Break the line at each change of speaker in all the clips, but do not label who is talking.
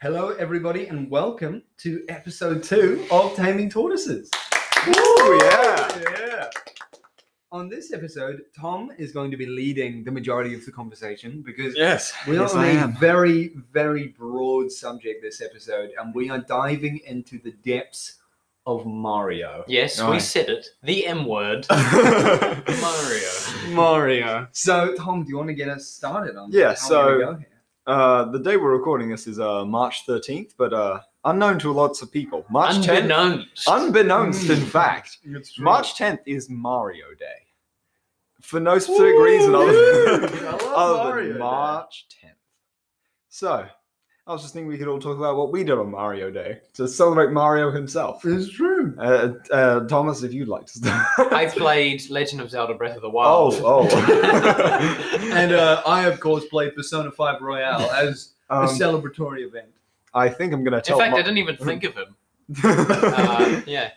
Hello, everybody, and welcome to episode two of Taming Tortoises.
Ooh, yeah.
Yeah. On this episode, Tom is going to be leading the majority of the conversation because
Yes.
we are
Yes,
on
I
a
am.
very, very broad subject this episode, and we are diving into the depths of Mario.
Yes, we
Nice.
said it. The M word. Mario.
Mario.
So, Tom, do you want to get us started on
Yeah,
how we're
so-
gonna go here?
Uh, the day we're recording this is uh, March 13th, but uh, unknown to lots of people. March 10th.
Unbeknownst.
Unbeknownst, in
Mm.
fact, March 10th is Mario Day. For no specific
Ooh,
reason other
dude,
than,
I love
other
Mario
than
Day.
March 10th. So, I was just thinking we could all talk about what we did on Mario Day to celebrate Mario himself.
It's true.
Uh, uh, Thomas, if you'd like to start.
I played Legend of Zelda Breath of the Wild.
oh, oh.
And uh, I, of course, played Persona 5 Royale as a
Um,
celebratory event.
I think I'm going to
In
tell
fact,
Ma-
I didn't even think of him.
uh,
Uh, yeah.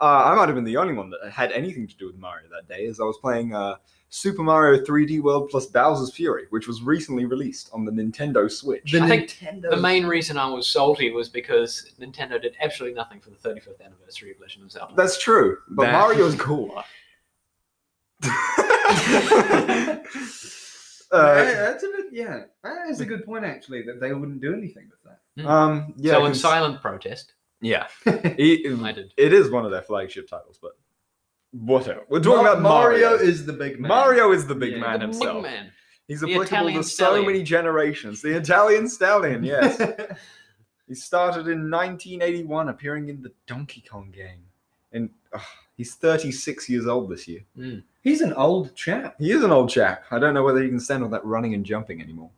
I might have been the only one that had anything to do with Mario that day, as I was playing uh, Super Mario 3D World plus Bowser's Fury, which was recently released on the Nintendo Switch.
The
I think
Nintendo.
The main reason I was salty was because Nintendo did absolutely nothing for the 35th anniversary of Legend of Zelda.
That's true, but
That-
Mario's cooler.
yeah,
uh,
that's a bit, yeah. That is a good point, actually, that they wouldn't do anything with that.
um, yeah,
so in
'cause-
silent protest,
yeah, It-
I did.
it is one of their flagship titles, but whatever. We're talking
Mar-
about Mario.
is the big man.
Mario is the big
Yeah.
man
the
himself.
big man.
He's
The
applicable
Italian
to so
stallion.
many generations. The Italian stallion, yes. he started in 1981, appearing in the Donkey Kong game, and ugh, he's 36 years old this year.
He's an old chap.
He is an old chap. I don't know whether he can stand all that running and jumping anymore,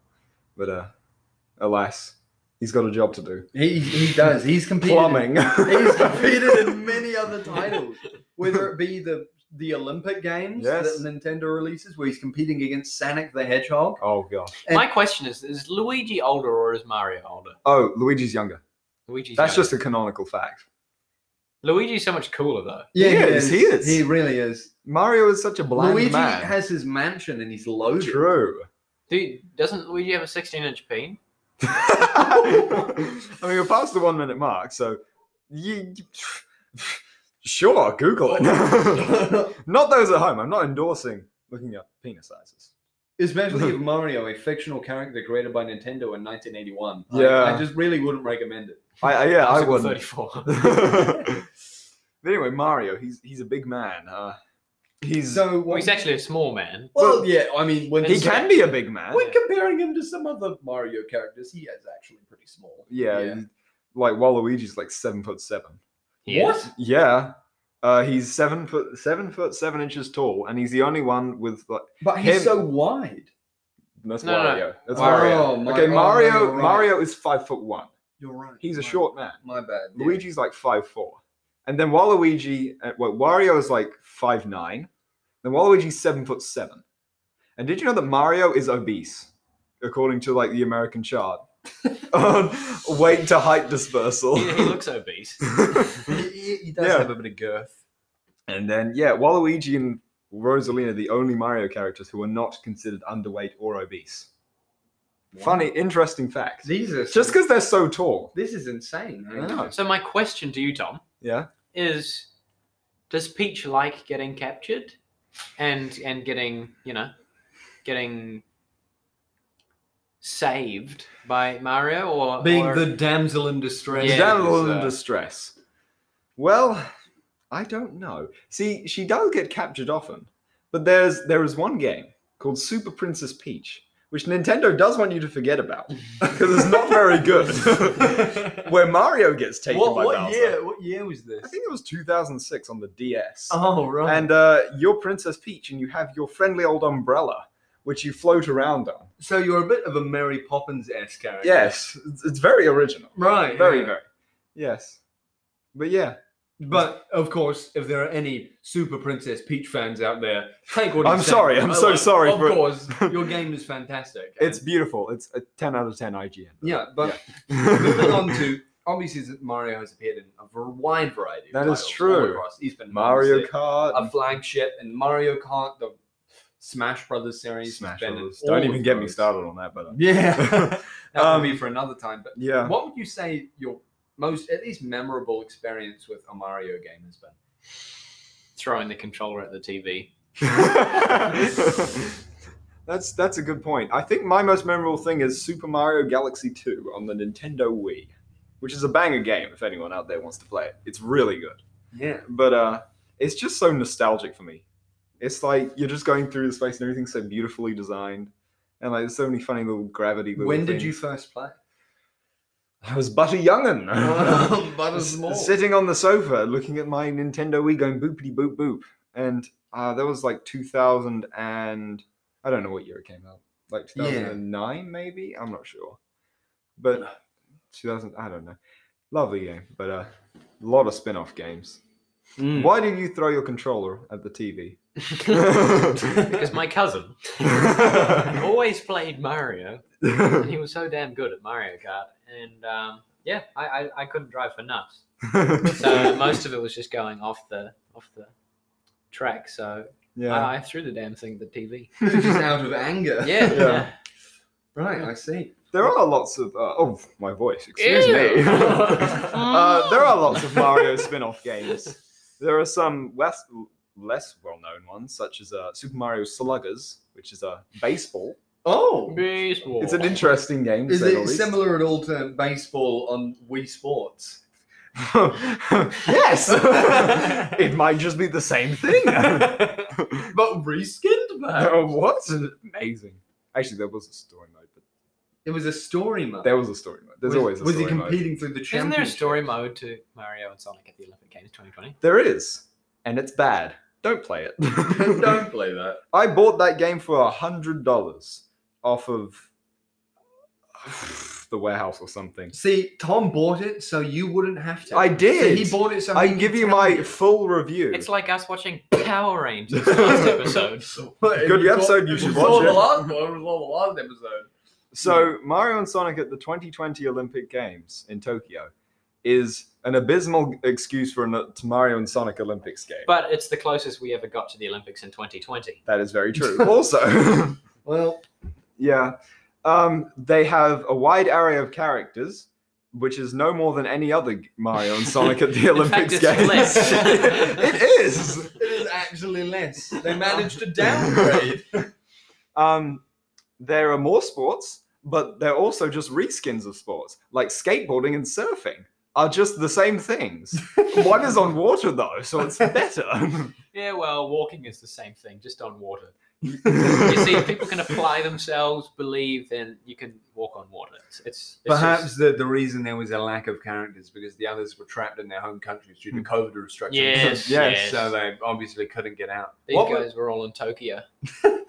but uh, alas, he's got a job to do.
He, he does. He's competed.
Plumbing.
He's competed in many other titles, whether it be the the Olympic Games
Yes.
that Nintendo releases, where he's competing against Sonic the Hedgehog.
oh gosh.
And-
My question is: Is Luigi older or is Mario older?
Oh, Luigi's younger.
Luigi's
That's
younger.
just a canonical fact.
Luigi's so much cooler though.
He is, he is.
He really is.
Mario is such a blind
Luigi
man.
has his mansion and he's loaded.
True.
Dude, doesn't Luigi have a 16-inch peen?
I mean, we're past the one minute mark, so you. you- Sure, Google it. not those at home. I'm not endorsing looking up penis sizes.
Especially if Mario, a fictional character created by Nintendo in 1981. I-
Yeah.
I, just really wouldn't recommend it.
I, I yeah, I
He's
wouldn't.
34.
but anyway, Mario, he's he's a big man. Uh, he's
So
Well,
what-
he's actually a small man.
well, yeah. I mean, when
he
so-
can be a big man.
when comparing him to some other Mario characters, he is actually pretty small.
Yeah,
yeah.
like Waluigi's like seven foot seven.
He
What?
is.
Yeah, uh, he's seven foot seven foot seven inches tall, and he's the only one with like.
But he's
Him-
so wide.
That's
No, no, no.
Mario. That's
Oh,
Mario.
my-
okay,
oh,
Mario.
you're right.
Mario is five foot one.
You're right.
He's a
my-
short man.
My bad. yeah.
Luigi's like five four, and then Waluigi. Uh, well, Wario is like five nine. Then Waluigi's seven foot seven. And did you know that Mario is obese, according to like the American chart? on weight to height dispersal.
He, he looks obese.
He, he- he does
Yeah.
have a bit of girth.
and then yeah, Waluigi and Rosalina, the only Mario characters who are not considered underweight or obese. Funny, interesting fact.
These are
Just because they're so tall.
this is insane. I
I
know.
know.
So my question to you, Tom,
Yeah.
is: Does Peach like getting captured, and and getting you know, getting saved by Mario, or or-
damsel in distress.
Yeah,
Damsel
uh,
in distress. Well, I don't know. See, she does get captured often, but there's there is one game called Super Princess Peach, which Nintendo does want you to forget about because it's not very good. Where Mario gets taken
what,
by
what
Bowser.
year? What year was this?
I think it was 2006 on the DS.
Oh right.
And uh, you're Princess Peach, and you have your friendly old umbrella, which you float around on.
So you're a bit of a Mary Poppins esque character.
Yes, it's, it's very original.
Right.
Very,
yeah.
very. Yes. But yeah,
But of course, if there are any Super Princess Peach fans out there, take what
I'm
he's
sorry,
saying.
I'm
I
so
like-
sorry
Of
for-
course, your game is fantastic.
It's
And-
beautiful. It's a 10 out of 10 IGN.
yeah. But moving on to obviously that Mario has appeared in a ver- wide variety. of
That is
titles all
true.
across. He's been
Mario
obviously
Kart.
a flagship, and Mario Kart the Smash Brothers series.
Smash
been in
Brothers.
all
Don't even
of
get me
those.
started on that, but uh,
Yeah, that
Um,
would be for another time. But
yeah.
what would you say your most, at least memorable experience with a Mario game has been?
throwing the controller at the TV.
that's that's a good point. I think my most memorable thing is Super Mario Galaxy 2 on the Nintendo Wii, which is a banger game if anyone out there wants to play it. It's really good.
Yeah,
But uh it's just so nostalgic for me. It's like you're just going through the space and everything's so beautifully designed. And like there's so many funny little gravity little
when did you
things.
first play?
I was but a young'un.
but
S- Sitting on the sofa looking at my Nintendo Wii going boopity boop boop. And uh, that was like 2000 and I don't know what year it came out. Like
Yeah.
2009 maybe? I'm not sure. But 2000, I don't know. Lovely game, but uh, a lot of spin off games. Why did you throw your controller at the TV?
Because my cousin always played Mario, and he was so damn good at Mario Kart. And um, yeah, I, I, I couldn't drive for nuts. So most of it was just going off the off the track. So
yeah.
I, I threw the damn thing at the TV.
Just out of anger.
Yeah.
Yeah.
Right, I see.
There are lots of. Uh, oh, my voice. Excuse me.
Ew.
uh, there are lots of Mario spin off games. There are some less, less well known ones, such as uh, Super Mario Sluggers, which is a baseball.
Oh,
Baseball.
It's an interesting game. To
is
say the
it
least.
similar at all to baseball on Wii Sports?
yes! it might just be the same thing.
But reskinned, man.
oh, what? Amazing. Actually, there was a story mode. But
It was a story mode.
there was a story mode. There's
was,
always a
was
story
he
mode.
competing through the championship?
Isn't there a story mode to Mario and Sonic at the Olympic Games 2020?
There is, and it's bad. Don't play it.
Don't play that.
I bought that game for a hundred dollars off of the warehouse or something.
See, Tom bought it, so you wouldn't have to.
I did.
So he bought it, so
I
he
can give you
tell
my full review.
It's like us watching Power Rangers last episode.
But if
Good
you
episode,
thought-
you
if
should
you saw
watch
the
it.
last one. It was all the last episode.
so Mario and Sonic at the 2020 Olympic Games in Tokyo is an abysmal excuse for a Mario and Sonic Olympics game.
But it's the closest we ever got to the Olympics in 2020.
that is very true. also.
Well,
Yeah. Um, they have a wide array of characters, which is no more than any other g- Mario and Sonic at the
In fact,
Olympics
it's
games.
less.
it is.
it is actually less. They managed to downgrade.
Um, there are more sports, but they're also just reskins of sports, like skateboarding and surfing. Are just the same things. One is on water though, so it's better.
Yeah, well, walking is the same thing, just on water. You see, if people can apply themselves, believe, then you can walk on water. It's, it's, it's
Perhaps
just-
the, the reason there was a lack of characters because the others were trapped in their home countries due to COVID restrictions.
Yes.
yes, yes.
So they obviously couldn't get out.
These
What were,
guys were all in Tokyo.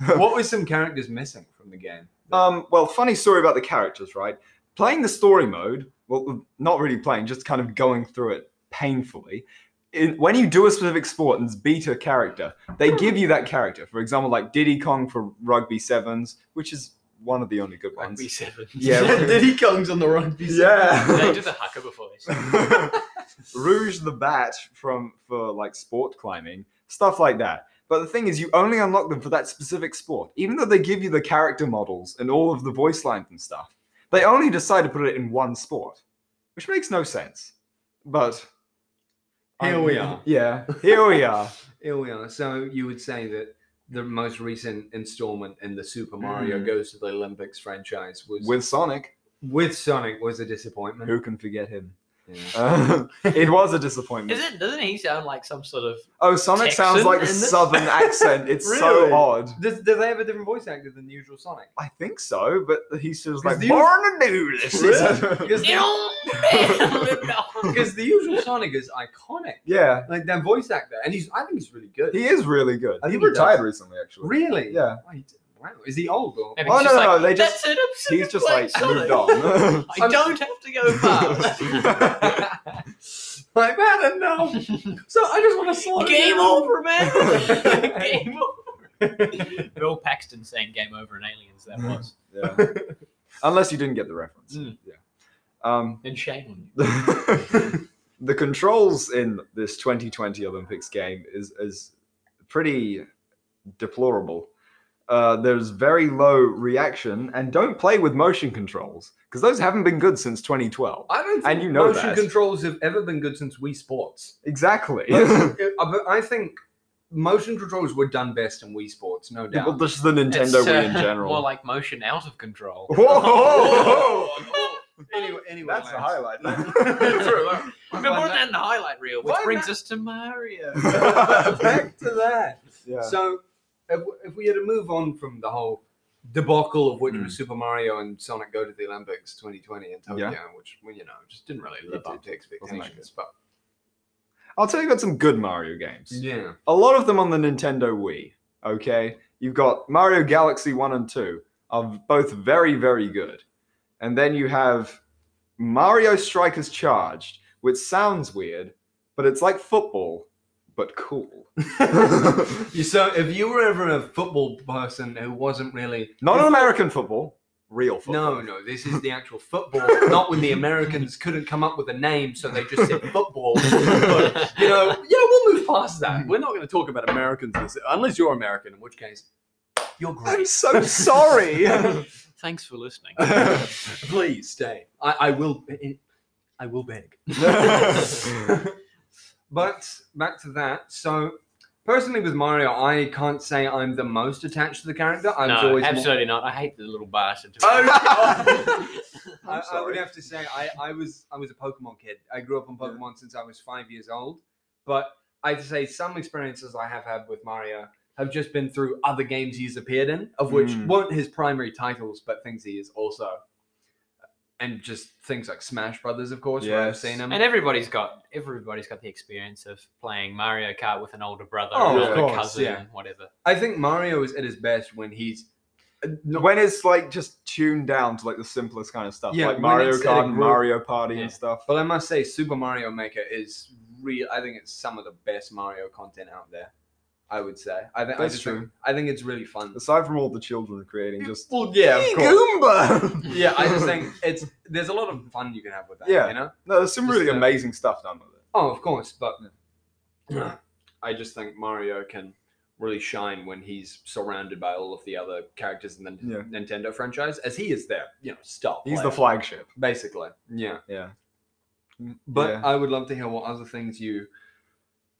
what were some characters missing from the game?
Um, well, funny story about the characters, right? Playing the story mode, well, not really playing, just kind of going through it painfully. It, when you do a specific sport and beat a character,
Hmm.
they give you that character. For example, like Diddy Kong for rugby sevens, which is one of the only good ones.
Rugby seven.
Yeah.
Diddy Kong's on the rugby. side.
they
Yeah.
did the Huckabee voice.
Rouge the Bat from for like sport climbing, stuff like that. But the thing is, you only unlock them for that specific sport. Even though they give you the character models and all of the voice lines and stuff, they only decide to put it in one sport, which makes no sense. But
Here we are.
Yeah, here we are.
Here we are. So you would say that the most recent installment in the Super Mario
Mm.
Goes to the Olympics franchise was
With Sonic,
with Sonic was a disappointment.
who can forget him?
Yeah.
Uh, it was a disappointment.
Is it? Doesn't he sound like some sort of?
oh, Sonic sounds
Texan
like a
in this?
southern accent. It's
Really?
so odd.
Does, do they have a different voice actor than the usual Sonic?
I think so, but he's just
'Cause
like
the-
born to do this.
Because the,
Because
'cause the usual Sonic is iconic.
yeah,
Like that voice actor, and he's I think he's really good.
he is really good.
I
He
think he
retired
does.
recently, actually.
really?
Yeah.
Wow, he- wow. Is he old? Or?
And
Oh,
he's
no,
just
no,
like,
they just-
"That's it, I'm simply
He's just
playing
like
Sonic.
moved on.
I don't have to go far.
I've had enough. so I just want to slow
game
down.
over, man. game over. Bill Paxton saying "Game over" in Aliens. That
Mm.
was
yeah. Unless you didn't get the reference.
Mm.
Yeah. Um,
and shame on you.
the controls in this 2020 Olympics game is is pretty deplorable. uh, there's very low reaction, and don't play with motion controls because those haven't been good since 2012.
I don't think
And you know
motion
that.
controls have ever been good since Wii Sports.
Exactly.
Motion- I I think motion controls were done best in Wii Sports, no
well,
doubt.
this is the Nintendo
It's, uh,
Wii in general.
More like motion out of control.
Whoa, whoa, whoa.
anyway, anyway,
That's the
lads.
highlight.
True,
there.
look. We brought
back-
down the highlight reel, which
Why
brings
not?
us to Mario.
back to that.
yeah.
So, if, if we had to move on from the whole debacle of which
Hmm.
was Super Mario and Sonic go to the Olympics 2020 in Tokyo, which well, you know just didn't really live
It
up to expectations, but
I'll tell you about some good Mario games.
yeah,
a lot of them on the Nintendo Wii. Okay, you've got Mario Galaxy One and Two are both very very good, and then you have Mario Strikers Charged, which sounds weird, but it's like football but cool.
You- so if you were ever a football person who wasn't really
Not an American football, real football.
no, no, this is the actual football. not when the Americans couldn't come up with a name, so they just said football. But, you know, yeah, we'll move past that. We're not going to talk about Americans this, unless you're American, in which case you're great.
I'm so sorry.
Thanks for listening.
Please stay. I, I will. I will beg. But back to that. So, personally, with Mario, I can't say I'm the most attached to the character. I'm
no,
always More,
absolutely not. I hate the little bastard.
Oh,
I,
I'm
I would
sorry.
have to say I, I was I was a Pokemon kid. I grew up on Pokemon since I was five years old. But I'd say some experiences I have had with Mario have just been through other games he's appeared in, of which
Mm.
weren't his primary titles, but things he is also. And just things like Smash Brothers, of course, where I've
Yes.
seen him.
And everybody's got everybody's got the experience of playing Mario Kart with an older brother,
Oh,
an
of
older
course,
cousin,
yeah.
whatever.
I think Mario is at his best when he's
when it's like just tuned down to like the simplest kind of stuff,
Yeah,
like
when
Mario
it's at a
Kart and
group-
Mario Party
Yeah.
and stuff.
But I must say, Super Mario Maker is real. I think it's some of the best Mario content out there. I would say. I think I
That's
just
true.
Think, I think it's really fun.
Aside from all the children creating, just
Well, yeah, of
Hey,
course.
Goomba.
yeah, I just think it's there's a lot of fun you can have with that.
Yeah.
you know.
no, there's some
Just,
really
uh,
amazing stuff done with it.
Oh, of course, but I just think Mario can really shine when he's surrounded by all of the other characters in the Nin-
Yeah.
Nintendo franchise, as he is their you know star.
He's
player,
the flagship.
basically. Yeah.
Yeah.
But
Yeah.
I would love to hear what other things you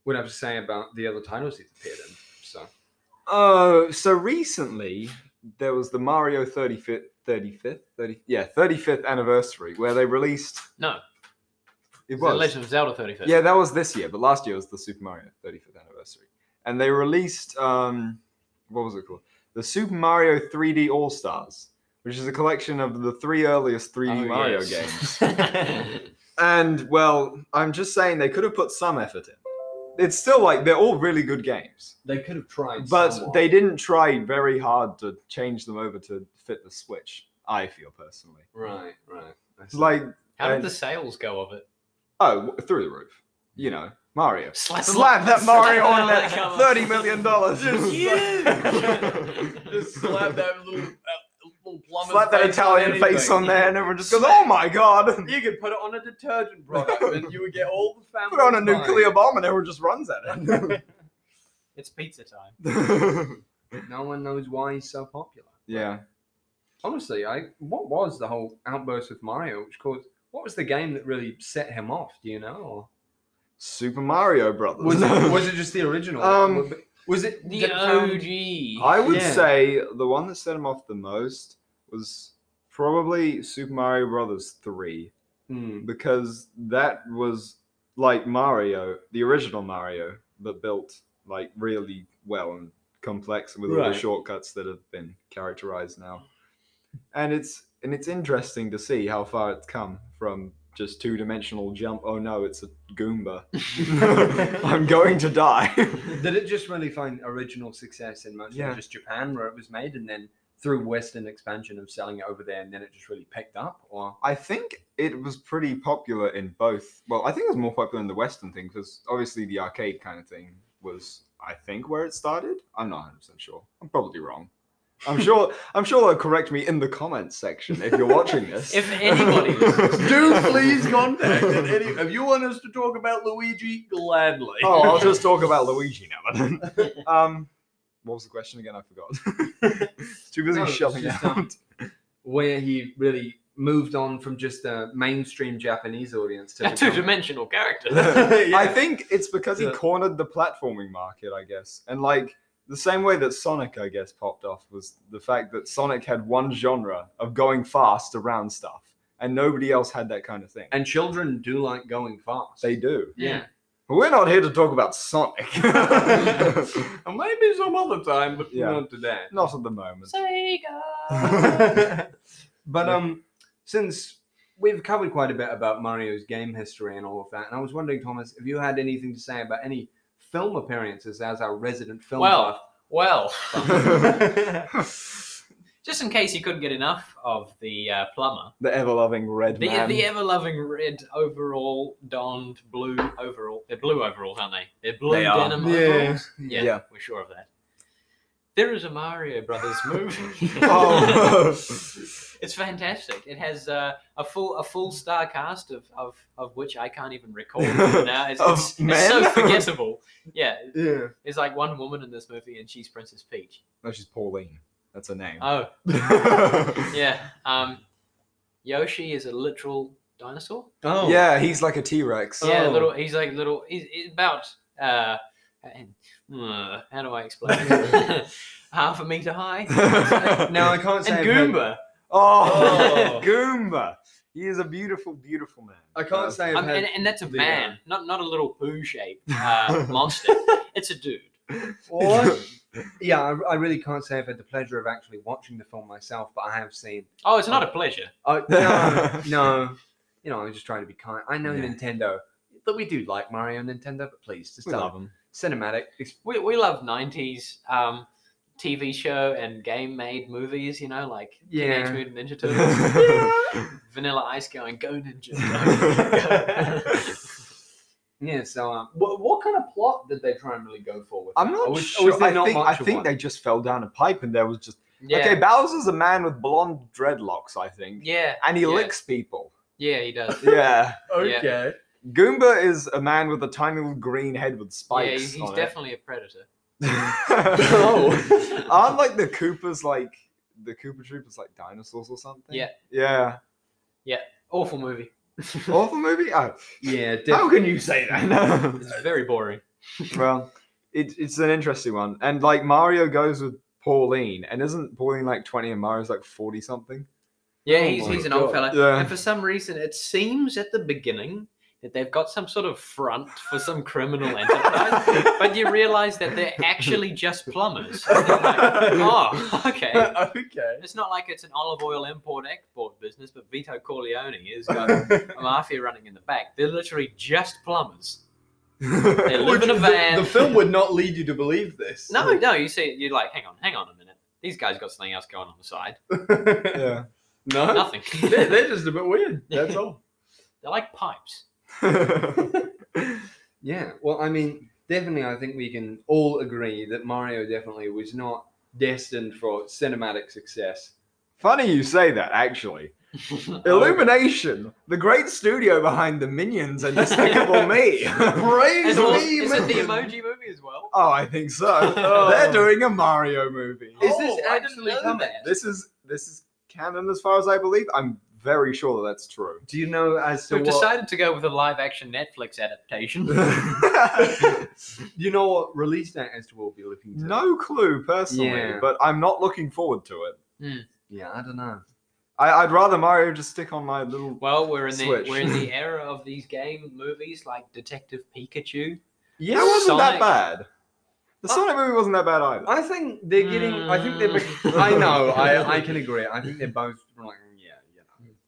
would have to say about the other titles he's appeared in. So
Oh, so recently there was the Mario 35th, 35th, 30, yeah, 35th anniversary where they released.
No,
It
The
was.
Legend of Zelda 35th.
Yeah, that was this year, but last year was the Super Mario 35th anniversary, and they released um, what was it called? The Super Mario 3D All Stars, which is a collection of the three earliest 3D
Oh,
Mario
yes.
games. And well, I'm just saying they could have put some effort in. It's still like they're all really good games,
they could have tried,
but they didn't try very hard to change them over to fit the Switch. I feel personally,
right, right.
it's like
How
And-
did the sales go of it?
oh, w- through the roof, you know, Mario.
Slap,
Slap that Mario on that thirty million dollars.
Just slap
that little, little
Slap that Italian face on there, and everyone just goes, "Oh my god!"
You could put it on a detergent product, and you would get all the family.
Put on a nuclear bomb, and everyone just runs at it.
It's pizza time.
No one knows why he's so popular.
yeah,
Honestly, I what was the whole outburst with Mario, which caused what was the game that really set him off? Do you know? Or
Super Mario Brothers.
was it was it just the original?
Um,
was it
The
that found-
OG.
I would
Yeah.
say the one that set him off the most was probably Super Mario Brothers 3
Hmm.
because that was like Mario, the original Mario, but built like really well and complex with all
Right.
the shortcuts that have been characterized now. And it's and it's interesting to see how far it's come from just two-dimensional jump. Oh no, it's a Goomba. I'm going to die.
Did it just really find original success in mostly
Yeah.
just Japan where it was made, and then through Western expansion of selling it over there, and then it just really picked up? Or
I think it was pretty popular in both. Well, I think it was more popular in the Western thing because obviously the arcade kind of thing was, I think, where it started. I'm not 100 percent sure. I'm probably wrong. I'm sure. I'm sure they'll correct me in the comments section if you're watching this.
If anybody listens.
do please contact and any, if you want us to talk about Luigi gladly.
Oh, I'll just talk about Luigi now. then. um, What was the question again? I forgot. Too busy
No, it's
shoving
just,
out.
um, where he really moved on from just a mainstream Japanese audience to
A two
become-
dimensional character.
I
Yeah.
think it's because he
Yeah.
cornered the platforming market, I guess. And like the same way that Sonic, I guess, popped off was the fact that Sonic had one genre of going fast around stuff, and nobody else had that kind of thing.
and children do like going fast.
They do.
yeah.
But we're not here to talk about Sonic.
And maybe some other time, but
Yeah.
not today.
not at the moment.
But um, since we've covered quite a bit about Mario's game history and all of that, and I was wondering, Thomas, if you had anything to say about any film appearances as our resident film
Well, Well,
buff.
just in case you couldn't get enough of the uh, plumber,
the ever-loving red
the, E
man.
the ever loving red overall donned blue overall. They're blue overalls, aren't they? They're blue
They are.
denim
Yeah.
overalls. Yeah,
Yeah.
we're sure of that. There is a Mario Brothers movie.
oh.
It's fantastic. It has uh, a full a full star cast of, of, of which I can't even recall now. It's,
Of
it's, it's so
men?
forgettable. Yeah,
yeah.
there's like one woman in this movie, and she's Princess Peach.
No, she's Pauline. That's her name.
Oh, yeah. Um, Yoshi is a literal dinosaur.
oh,
Yeah, he's like a T-Rex.
Yeah,
Oh.
little. He's like little. He's, he's about. Uh, and- uh, how do I explain? it? Half a meter high.
Now I can't say
and
I've heard-
Goomba.
Oh,
Oh.
Goomba. He is a beautiful, beautiful man.
I can't say I've
Um,
had-
and, and that's a
the, uh,
man, not not a little poo shaped uh, monster. It's a dude.
Or- yeah, I, I really can't say I've had the pleasure of actually watching the film myself, but I have seen.
Oh, it's not a pleasure.
Uh, no, no, you know, I'm just trying to be kind. I know
Yeah.
Nintendo, but we do like Mario and Nintendo. But please, just
We
tell
love him.
cinematic. Ex-
We, we love '90s um, TV show and game made movies. You know, like
Yeah.
Teenage Mutant Ninja Turtles, Vanilla Ice going Go Ninja. Go, go."
Yeah. So, um, what, what kind of plot did they try and really go for with?
I'm
it?
not
Or was- or
sure.
was there
I
not
think, I
much of
think
one?
they just fell down a pipe and there was just.
yeah,
Okay, Bowser's a man with blonde dreadlocks, I think.
yeah,
And he
yeah.
licks people.
Yeah, he does.
Yeah.
Yeah.
Okay.
Goomba is a man with a tiny little green head with spikes.
yeah, he's, he's
on it.
definitely a predator.
oh. Aren't like the Coopers like the Cooper Troopers like dinosaurs or something?
Yeah.
Yeah.
Awful movie.
Awful movie? Oh.
Yeah. Def-
How can you say that?
It's very boring.
well, it, it's an interesting one. And like Mario goes with Pauline, and isn't Pauline like 20 and Mario's like 40 something?
Yeah,
Oh
he's,
my
he's an
God.
old fella.
Yeah.
And for some reason, it seems at the beginning that they've got some sort of front for some criminal enterprise, but you realize that they're actually just plumbers. They're like, oh, okay.
okay.
It's not like it's an olive oil import export business, but Vito Corleone has got a mafia running in the back. They're literally just plumbers. They live in a
Which-
van.
The, the film would not lead you to believe this.
No, no, you see, you're like, hang on, hang on a minute. These guys got something else going on the side.
yeah.
no.
Nothing.
They're, they're just a bit weird. That's all.
They're like pipes.
Yeah, well, I mean, definitely, I think we can all agree that Mario definitely was not destined for cinematic success.
Funny you say that, actually.
Oh.
Oh.
Illumination, the great studio behind the Minions and Despicable Me.
Praise
Is it-
me,
is it the
man.
emoji movie as well?
Oh, I think so.
Oh.
They're doing a Mario movie.
Is
Oh,
this
I didn't
actually
know
coming?
that.
This is this is canon as far as I believe. I'm very sure that that's true.
Do you know as to
We've
what?
decided to go with a live action Netflix adaptation.
Do you know what release date as to we'll be looking to?
no clue personally,
Yeah.
but I'm not looking forward to it.
Yeah, I don't know.
I, I'd rather Mario just stick on my little.
well, we're in the
Switch.
we're in the era of these game movies like Detective Pikachu.
Yeah, it wasn't that
Sonic.
bad. The
Uh,
Sonic movie wasn't that bad either.
I think they're getting. I think they're. bec- I know. I, I can agree. I think they're both like yeah, you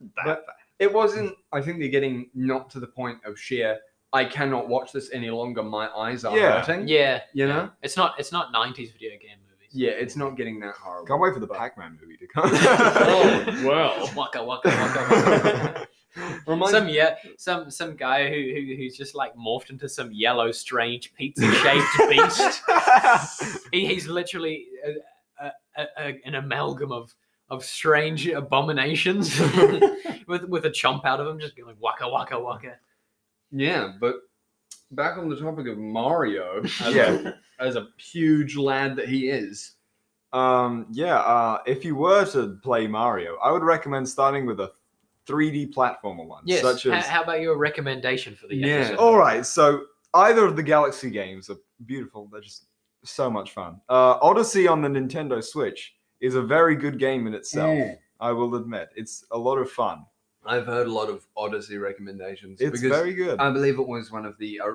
know. But it wasn't. I think they're getting not to the point of sheer. I cannot watch this any longer. My eyes are
Yeah.
hurting.
Yeah,
You know?
it's not it's not nineties video game movies.
Yeah, it's not getting that horrible.
Can't wait for the Pac-Man movie to
Oh,
come.
well, Oh, waka waka waka. waka.
Reminds
some yeah, some some guy who, who who's just like morphed into some yellow strange pizza shaped beast. He, he's literally a, a, a, a, an amalgam of of strange abominations with with a chomp out of him, just going waka waka waka.
yeah, but back on the topic of Mario, as,
Yeah.
a, as a huge lad that he is,
Um, yeah, uh, if you were to play Mario, I would recommend starting with a 3D platformer one.
Yes.
Such
h-
as.
How about your recommendation for the
Yeah.
episode?
All right, so either of the Galaxy games are beautiful. They're just so much fun. Uh, Odyssey on the Nintendo Switch is a very good game in itself. I will admit, it's a lot of fun.
I've heard a lot of Odyssey recommendations.
It's very good.
I believe it was one of the uh,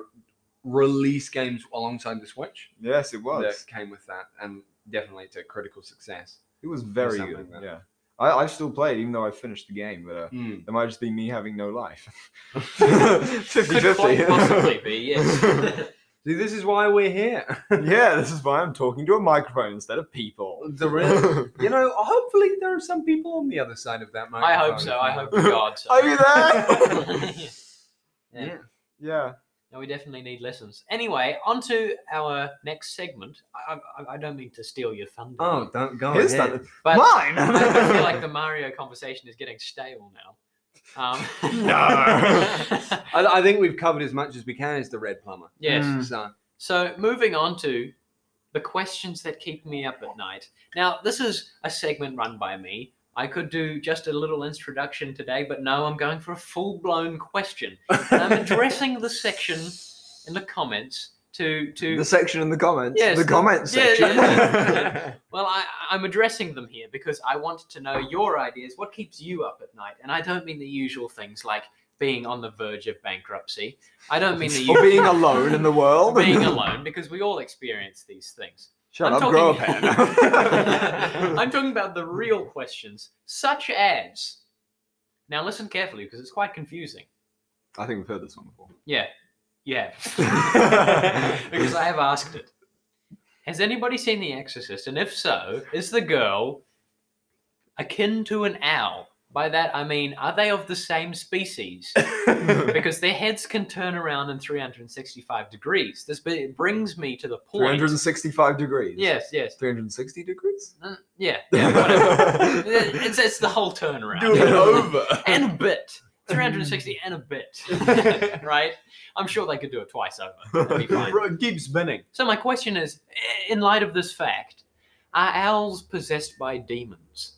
release games alongside the Switch
yes, it was.
that came with that, and definitely to critical success.
It was very
something like
good.
that.
Yeah, I, I still play it even though I finished the game, but uh,
Hmm.
it might just be me having no life. 50
Could quite
50.
possibly be, yes.
See, this is why we're here.
yeah, this is why I'm talking to a microphone instead of people.
the real, you know, hopefully there are some people on the other side of that
I
microphone.
hope so. I hope to God. So.
Are you there?
Yeah.
Yeah.
yeah.
No, we definitely need lessons. Anyway, on to our next segment. I, I, I don't mean to steal your thunder,
Oh, don't go
Here's
ahead.
that-
but
Mine!
I, I feel like the Mario conversation is getting stale now. Um,
No.
I, I think we've covered as much as we can as the Red Plumber.
yes.
Mm.
So,
So moving on to the questions that keep me up at night. Now, this is a segment run by me. I could do just a little introduction today, but no, I'm going for a full blown question. And I'm addressing the section in the comments to to
the section in the comments.
Yes,
the
the-
comments
yeah,
section.
yeah, Well, I, I'm addressing them here because I want to know your ideas. What keeps you up at night? And I don't mean the usual things like being on the verge of bankruptcy. I don't mean the
or
usual
being alone in the world.
being alone because we all experience these things.
Shut
I'm
up,
talking-
grow a pen.
I'm talking about the real questions, such as. Now listen carefully because it's quite confusing.
I think we've heard this one before.
Yeah, yeah. because I have asked it. Has anybody seen The Exorcist? And if so, is the girl akin to an owl? By that I mean, are they of the same species? because their heads can turn around in 365 degrees. This b- brings me to the point.
365 degrees.
Yes, yes.
360 degrees?
Mm, Yeah, yeah, whatever. it's, it's the whole turnaround. and a bit. 360 and a bit. right? I'm sure they could do it twice over. That'd be fine.
Ro- keep spinning.
So my question is, in light of this fact, are owls possessed by demons?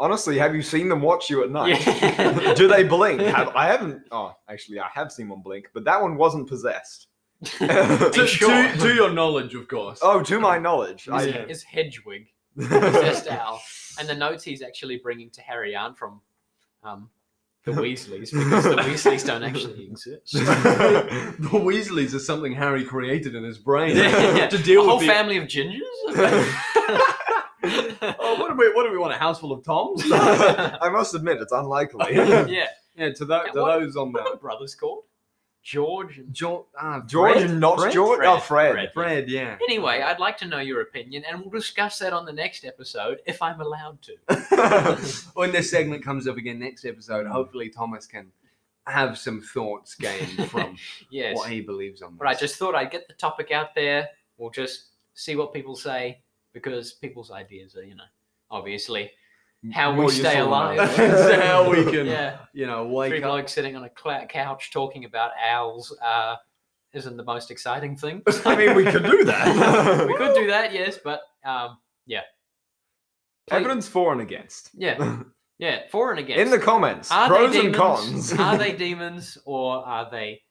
Honestly, have you seen them watch you at night?
Yeah.
Do they blink? Have, I haven't. Oh, actually, I have seen one blink, but that one wasn't possessed.
To,
sure.
to, to your knowledge, of course.
oh, to my knowledge,
Is,
I.
is Hedwig a possessed owl? And the notes he's actually bringing to Harry Yarn from um, the Weasleys, because the Weasleys don't actually exist.
the Weasleys is something Harry created in his brain
Yeah, yeah.
to
A
deal
whole
with.
family of gingers?
the, oh, what do we? What do we want? A house full of toms?
I must admit, it's unlikely.
yeah.
yeah, to, tho- to
What-
those on
What
the
are the brothers called? George and
George, ah,
George
Fred?
and not
Fred?
George. oh, Fred.
Fred, yeah.
Anyway, I'd like to know your opinion, and we'll discuss that on the next episode if I'm allowed to.
when this segment comes up again next episode, hopefully Thomas can have some thoughts gained from
Yes.
what he believes on this.
But I just thought I'd get the topic out there. We'll just see what people say because people's ideas are, you know, obviously how we
More
stay
useful
alive.
than ours. how we can,
yeah.
you know,
Three
uh,
wake up.
blokes sitting on a cla couch talking about owls uh, isn't the most exciting thing.
I mean, we could do that.
we could do that, yes, but um, yeah,
Evidence for and against.
yeah, yeah, for and against.
In the comments,
Are
pros
they
and cons.
demons? are they demons or are they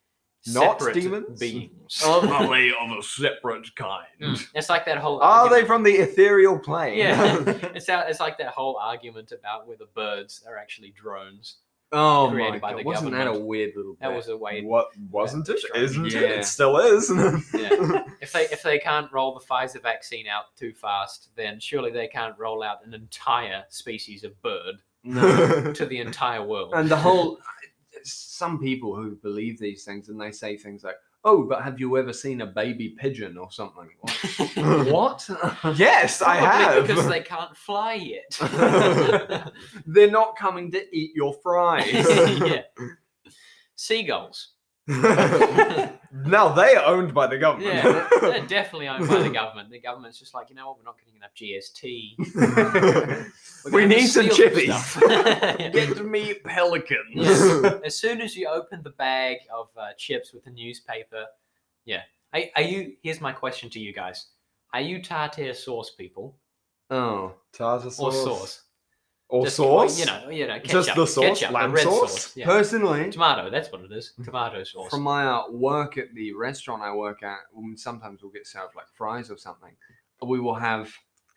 Not
separate
demons? Oh.
beings?
Ultimately of a separate kind.
Mm. It's like that whole.
Are they
argument-
from the ethereal plane?
Yeah, it's that, it's like that whole argument about whether birds are actually drones.
Oh
Created
my
by
god!
the
Wasn't that a
government.
weird little?
That
bit?
was a way.
What wasn't it?
Sure.
Isn't it?
Yeah.
It still is.
Yeah. if they if they can't roll the Pfizer vaccine out too fast, then surely they can't roll out an entire species of bird
no.
to the entire world.
and the whole some people who believe these things and they say things like oh but have you ever seen a baby pigeon or something Like, what
yes, I
Probably
have.
because they can't fly yet.
they're not coming to eat your fries
yeah. Seagulls. yeah,
now they are owned by the government.
they're, they're definitely owned by the government. The government's just like, you know what? We're not getting enough GST. We're
We
gonna
need some
steal
chippies.
stuff."
Get
Hmm.
me pelicans.
Yeah. as soon as you open the bag of uh, chips with the newspaper, yeah. Are, are you? Here's my question to you guys: Are you tartare sauce people
oh.
Tartar
or
sauce.
sauce?
Or
Just, well,
sauce?
You know, you know, ketchup,
Just the sauce?
ketchup,
Lamb
the red
sauce?
sauce. yeah.
Personally,
Tomato. That's what it is. Tomato sauce.
from my uh, work at the restaurant I work at, um, sometimes we'll get served like fries or something. We will have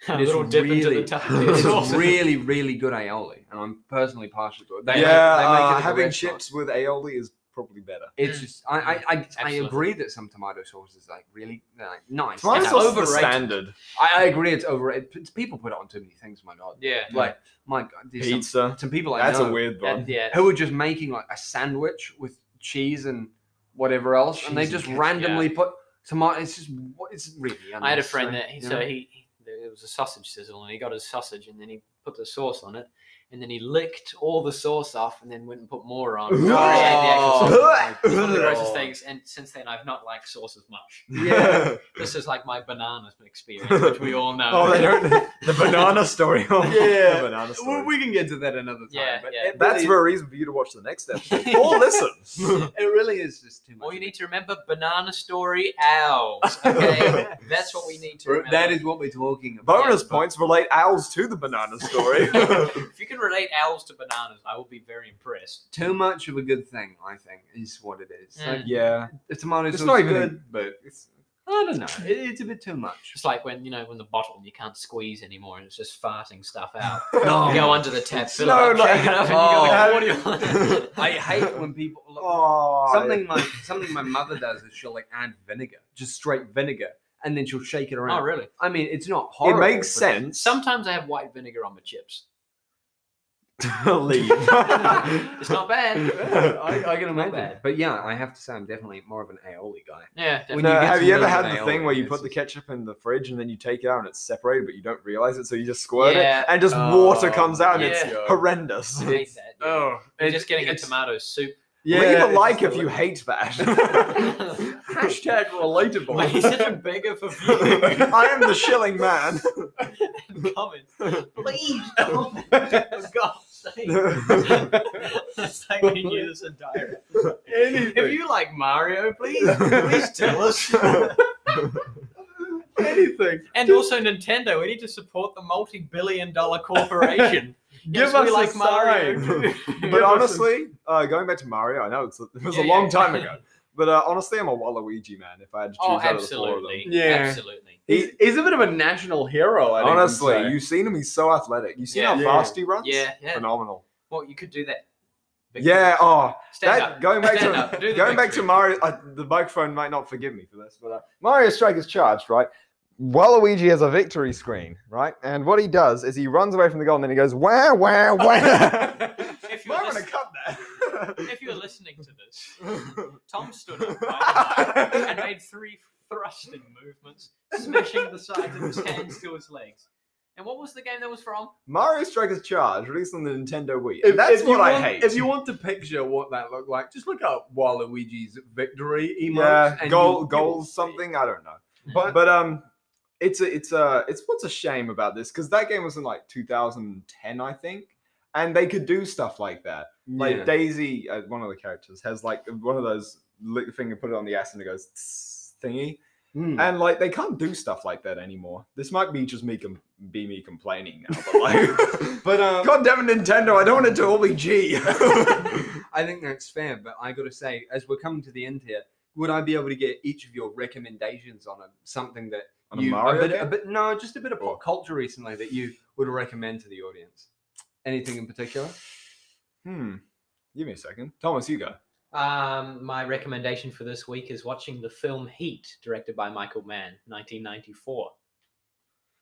a
it's
little dip into the
really-
tartare sauce.
it's really, really good aioli, and I'm personally partial to it. They make-
yeah,
they make it
uh,
at the
having
restaurant.
chips with aioli is probably better.
It's
Mm.
just I I, I, I
Absolutely.
agree that some tomato sauce is like really they're, like nice.
Tomato
It's
It's
sauce is the
overrated.
standard.
I, I agree it's overrated. P- People put it on too many things. My God,
Yeah.
like my God, there's some,
Pizza.
some people I
That's
know
a weird
That-
one.
yeah.
who are just making like a sandwich with cheese and whatever else, and they
Cheese and
just
ketchup.
randomly put tomato. It's just what it's really.
I had a friend that
unnecessary,
he
you
so
know?
he he- there was a sausage sizzle and he got his sausage and then he put the sauce on it and then he licked all the sauce off and then went and put more on.
Ooh.
to create the
Oh.
actual sauce. It's one of the
Ugh.
grossest things, and since then I've not liked sauce as much.
Yeah.
This is like my banana experience, which we all know.
oh, they don't. The banana story. Oh,
Yeah.
The banana story.
Well, we can get to that another time.
Yeah,
but
yeah.
It
That's
really,
for a reason for you to watch the next episode or listen.
it really is just too much.
All you
of it.
need to remember, banana story owls. Okay, that's what we need to remember.
That is what we're talking about.
Bonus points relate owls to the banana story.
if you can relate owls to bananas, I will be very impressed.
Too much of a good thing, I think, is what it is.
Mm.
Like,
yeah.
the tomato
It's
sauce
not
is
even a-
good, but it's, I don't know. It, it's a bit too much.
Just like when you know when the bottle you can't squeeze anymore and it's just farting stuff out.
No.
You go under the tap, fill
No,
it
no.
up, shake it up, and you got the
Oh.
cordial.
I hate when people like,
Oh,
something my something my mother does is she'll like add vinegar, just straight vinegar, and then she'll shake it around.
oh really?
I mean, it's not
It
horrible.
makes
but-
sense.
Sometimes I have white vinegar on my chips.
Leave.
It's not bad.
I, I can
Not
imagine.
bad.
But yeah, I have to say I'm definitely more of an aioli guy.
Yeah,
When
definitely.
you
No,
get
have
to
you ever
know
had
the
the thing
aioli,
where you put
it's-
the ketchup in the fridge and then you take it out and it's separated, but you don't realize it, so you just squirt
Yeah.
it and just water
Oh,
comes out and
yeah.
it's horrendous.
I hate that. yeah.
Oh,
You're just getting a
it's-
tomato soup.
Leave a
it's
like
just
if you hate that.
Hashtag relatable.
Why are you such a beggar for viewing
I am the shilling man.
and comments? Please don't. For God's sake. it's like we knew this in diary. If you like Mario, please, please tell us.
Anything.
And also Nintendo, we need to support the multi-billion dollar corporation. yes,
Give us
we
a
like Mario.
sign.
too.
But honestly, uh, going back to Mario, I know it's, it was a
Yeah,
long
yeah.
time ago. But uh, honestly, I'm a Waluigi man. If I had to choose
Oh,
out of the four of them,
absolutely.
Yeah.
Absolutely.
He's, he's a bit of a national hero. I'd even
honestly,
say.
you've seen him. He's so athletic. You've seen
Yeah.
how
Yeah.
fast he runs.
Yeah, yeah.
phenomenal.
Well, you could do that.
Yeah. Oh,
Stand
that,
up.
Going back
Stand
to
up. Do the
going back to
victory.
Mario, uh, the microphone might not forgive me for this, but uh, Mario Strike is charged, right? Waluigi has a victory screen, right? And what he does is he runs away from the goal and then he goes wah wah wah.
If you're
Might want to
listening-
cut
If you're listening to this,
that.
Tom stood up by the mic and made three thrusting movements, smashing the sides of his hands to his legs. And what was the game that was from?
Mario Strike is charged, released on the Nintendo Wii.
If-
That's
if you
what I
want-
hate.
If you want to picture what that looked like, just look up Waluigi's victory emotes.
yeah,
and
goal,
you'll-
goals, something. I don't know. But but um, it's a it's a it's what's a shame about this because that game was in like 2010, I think, and they could do stuff like that.
you'll-
Like
yeah.
Daisy, uh, one of the characters, has like one of those lick the finger, put it on the ass, and it goes tss thingy.
Mm.
And like they can't do stuff like that anymore. This might be just me com- be me complaining now, but like.
But um,
God damn it, Nintendo! I don't want it to all be G.
I think that's fair. But I got to say, as we're coming to the end here, would I be able to get each of your recommendations on a, something that
On a
you
Mario
bit, a
game?
bit, no, just a bit of
Or-
pop culture recently that you would recommend to the audience? Anything in particular?
Hmm. Give me a second. Thomas, you go.
Um, my recommendation for this week is watching the film Heat, directed by Michael Mann, 1994.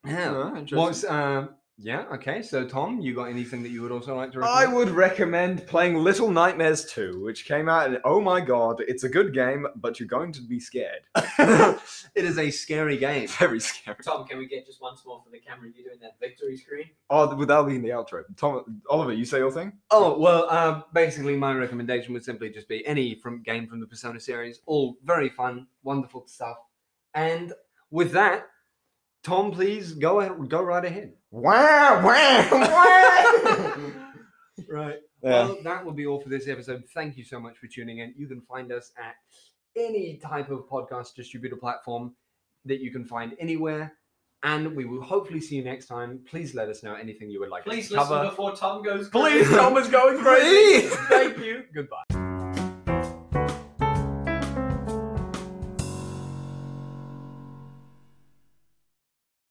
Yeah, interesting.
What's um? Yeah. Okay. So, Tom, you got anything that you would also like to
I
recommend?
would recommend playing Little Nightmares 2, which came out and oh my god, it's a good game, but you're going to be scared.
it is a scary game.
Very scary.
Tom, can we get just once more for the camera? You doing that victory screen?
Oh, well, that'll be in the outro. Tom, Oliver, you say your thing?
Oh well, um, basically, my recommendation would simply just be any from game from the Persona series. All very fun, wonderful stuff. And with that, Tom, please go ahead, go right ahead.
Wow, wow,
Right.
yeah.
Well, that will be all for this episode. Thank you so much for tuning in. You can find us at any type of podcast distributor platform that you can find anywhere. And we will hopefully see you next time. Please let us know anything you would like us
Please
to
listen
cover.
before Tom goes.
Please, Tom is going crazy. Thank you. Goodbye.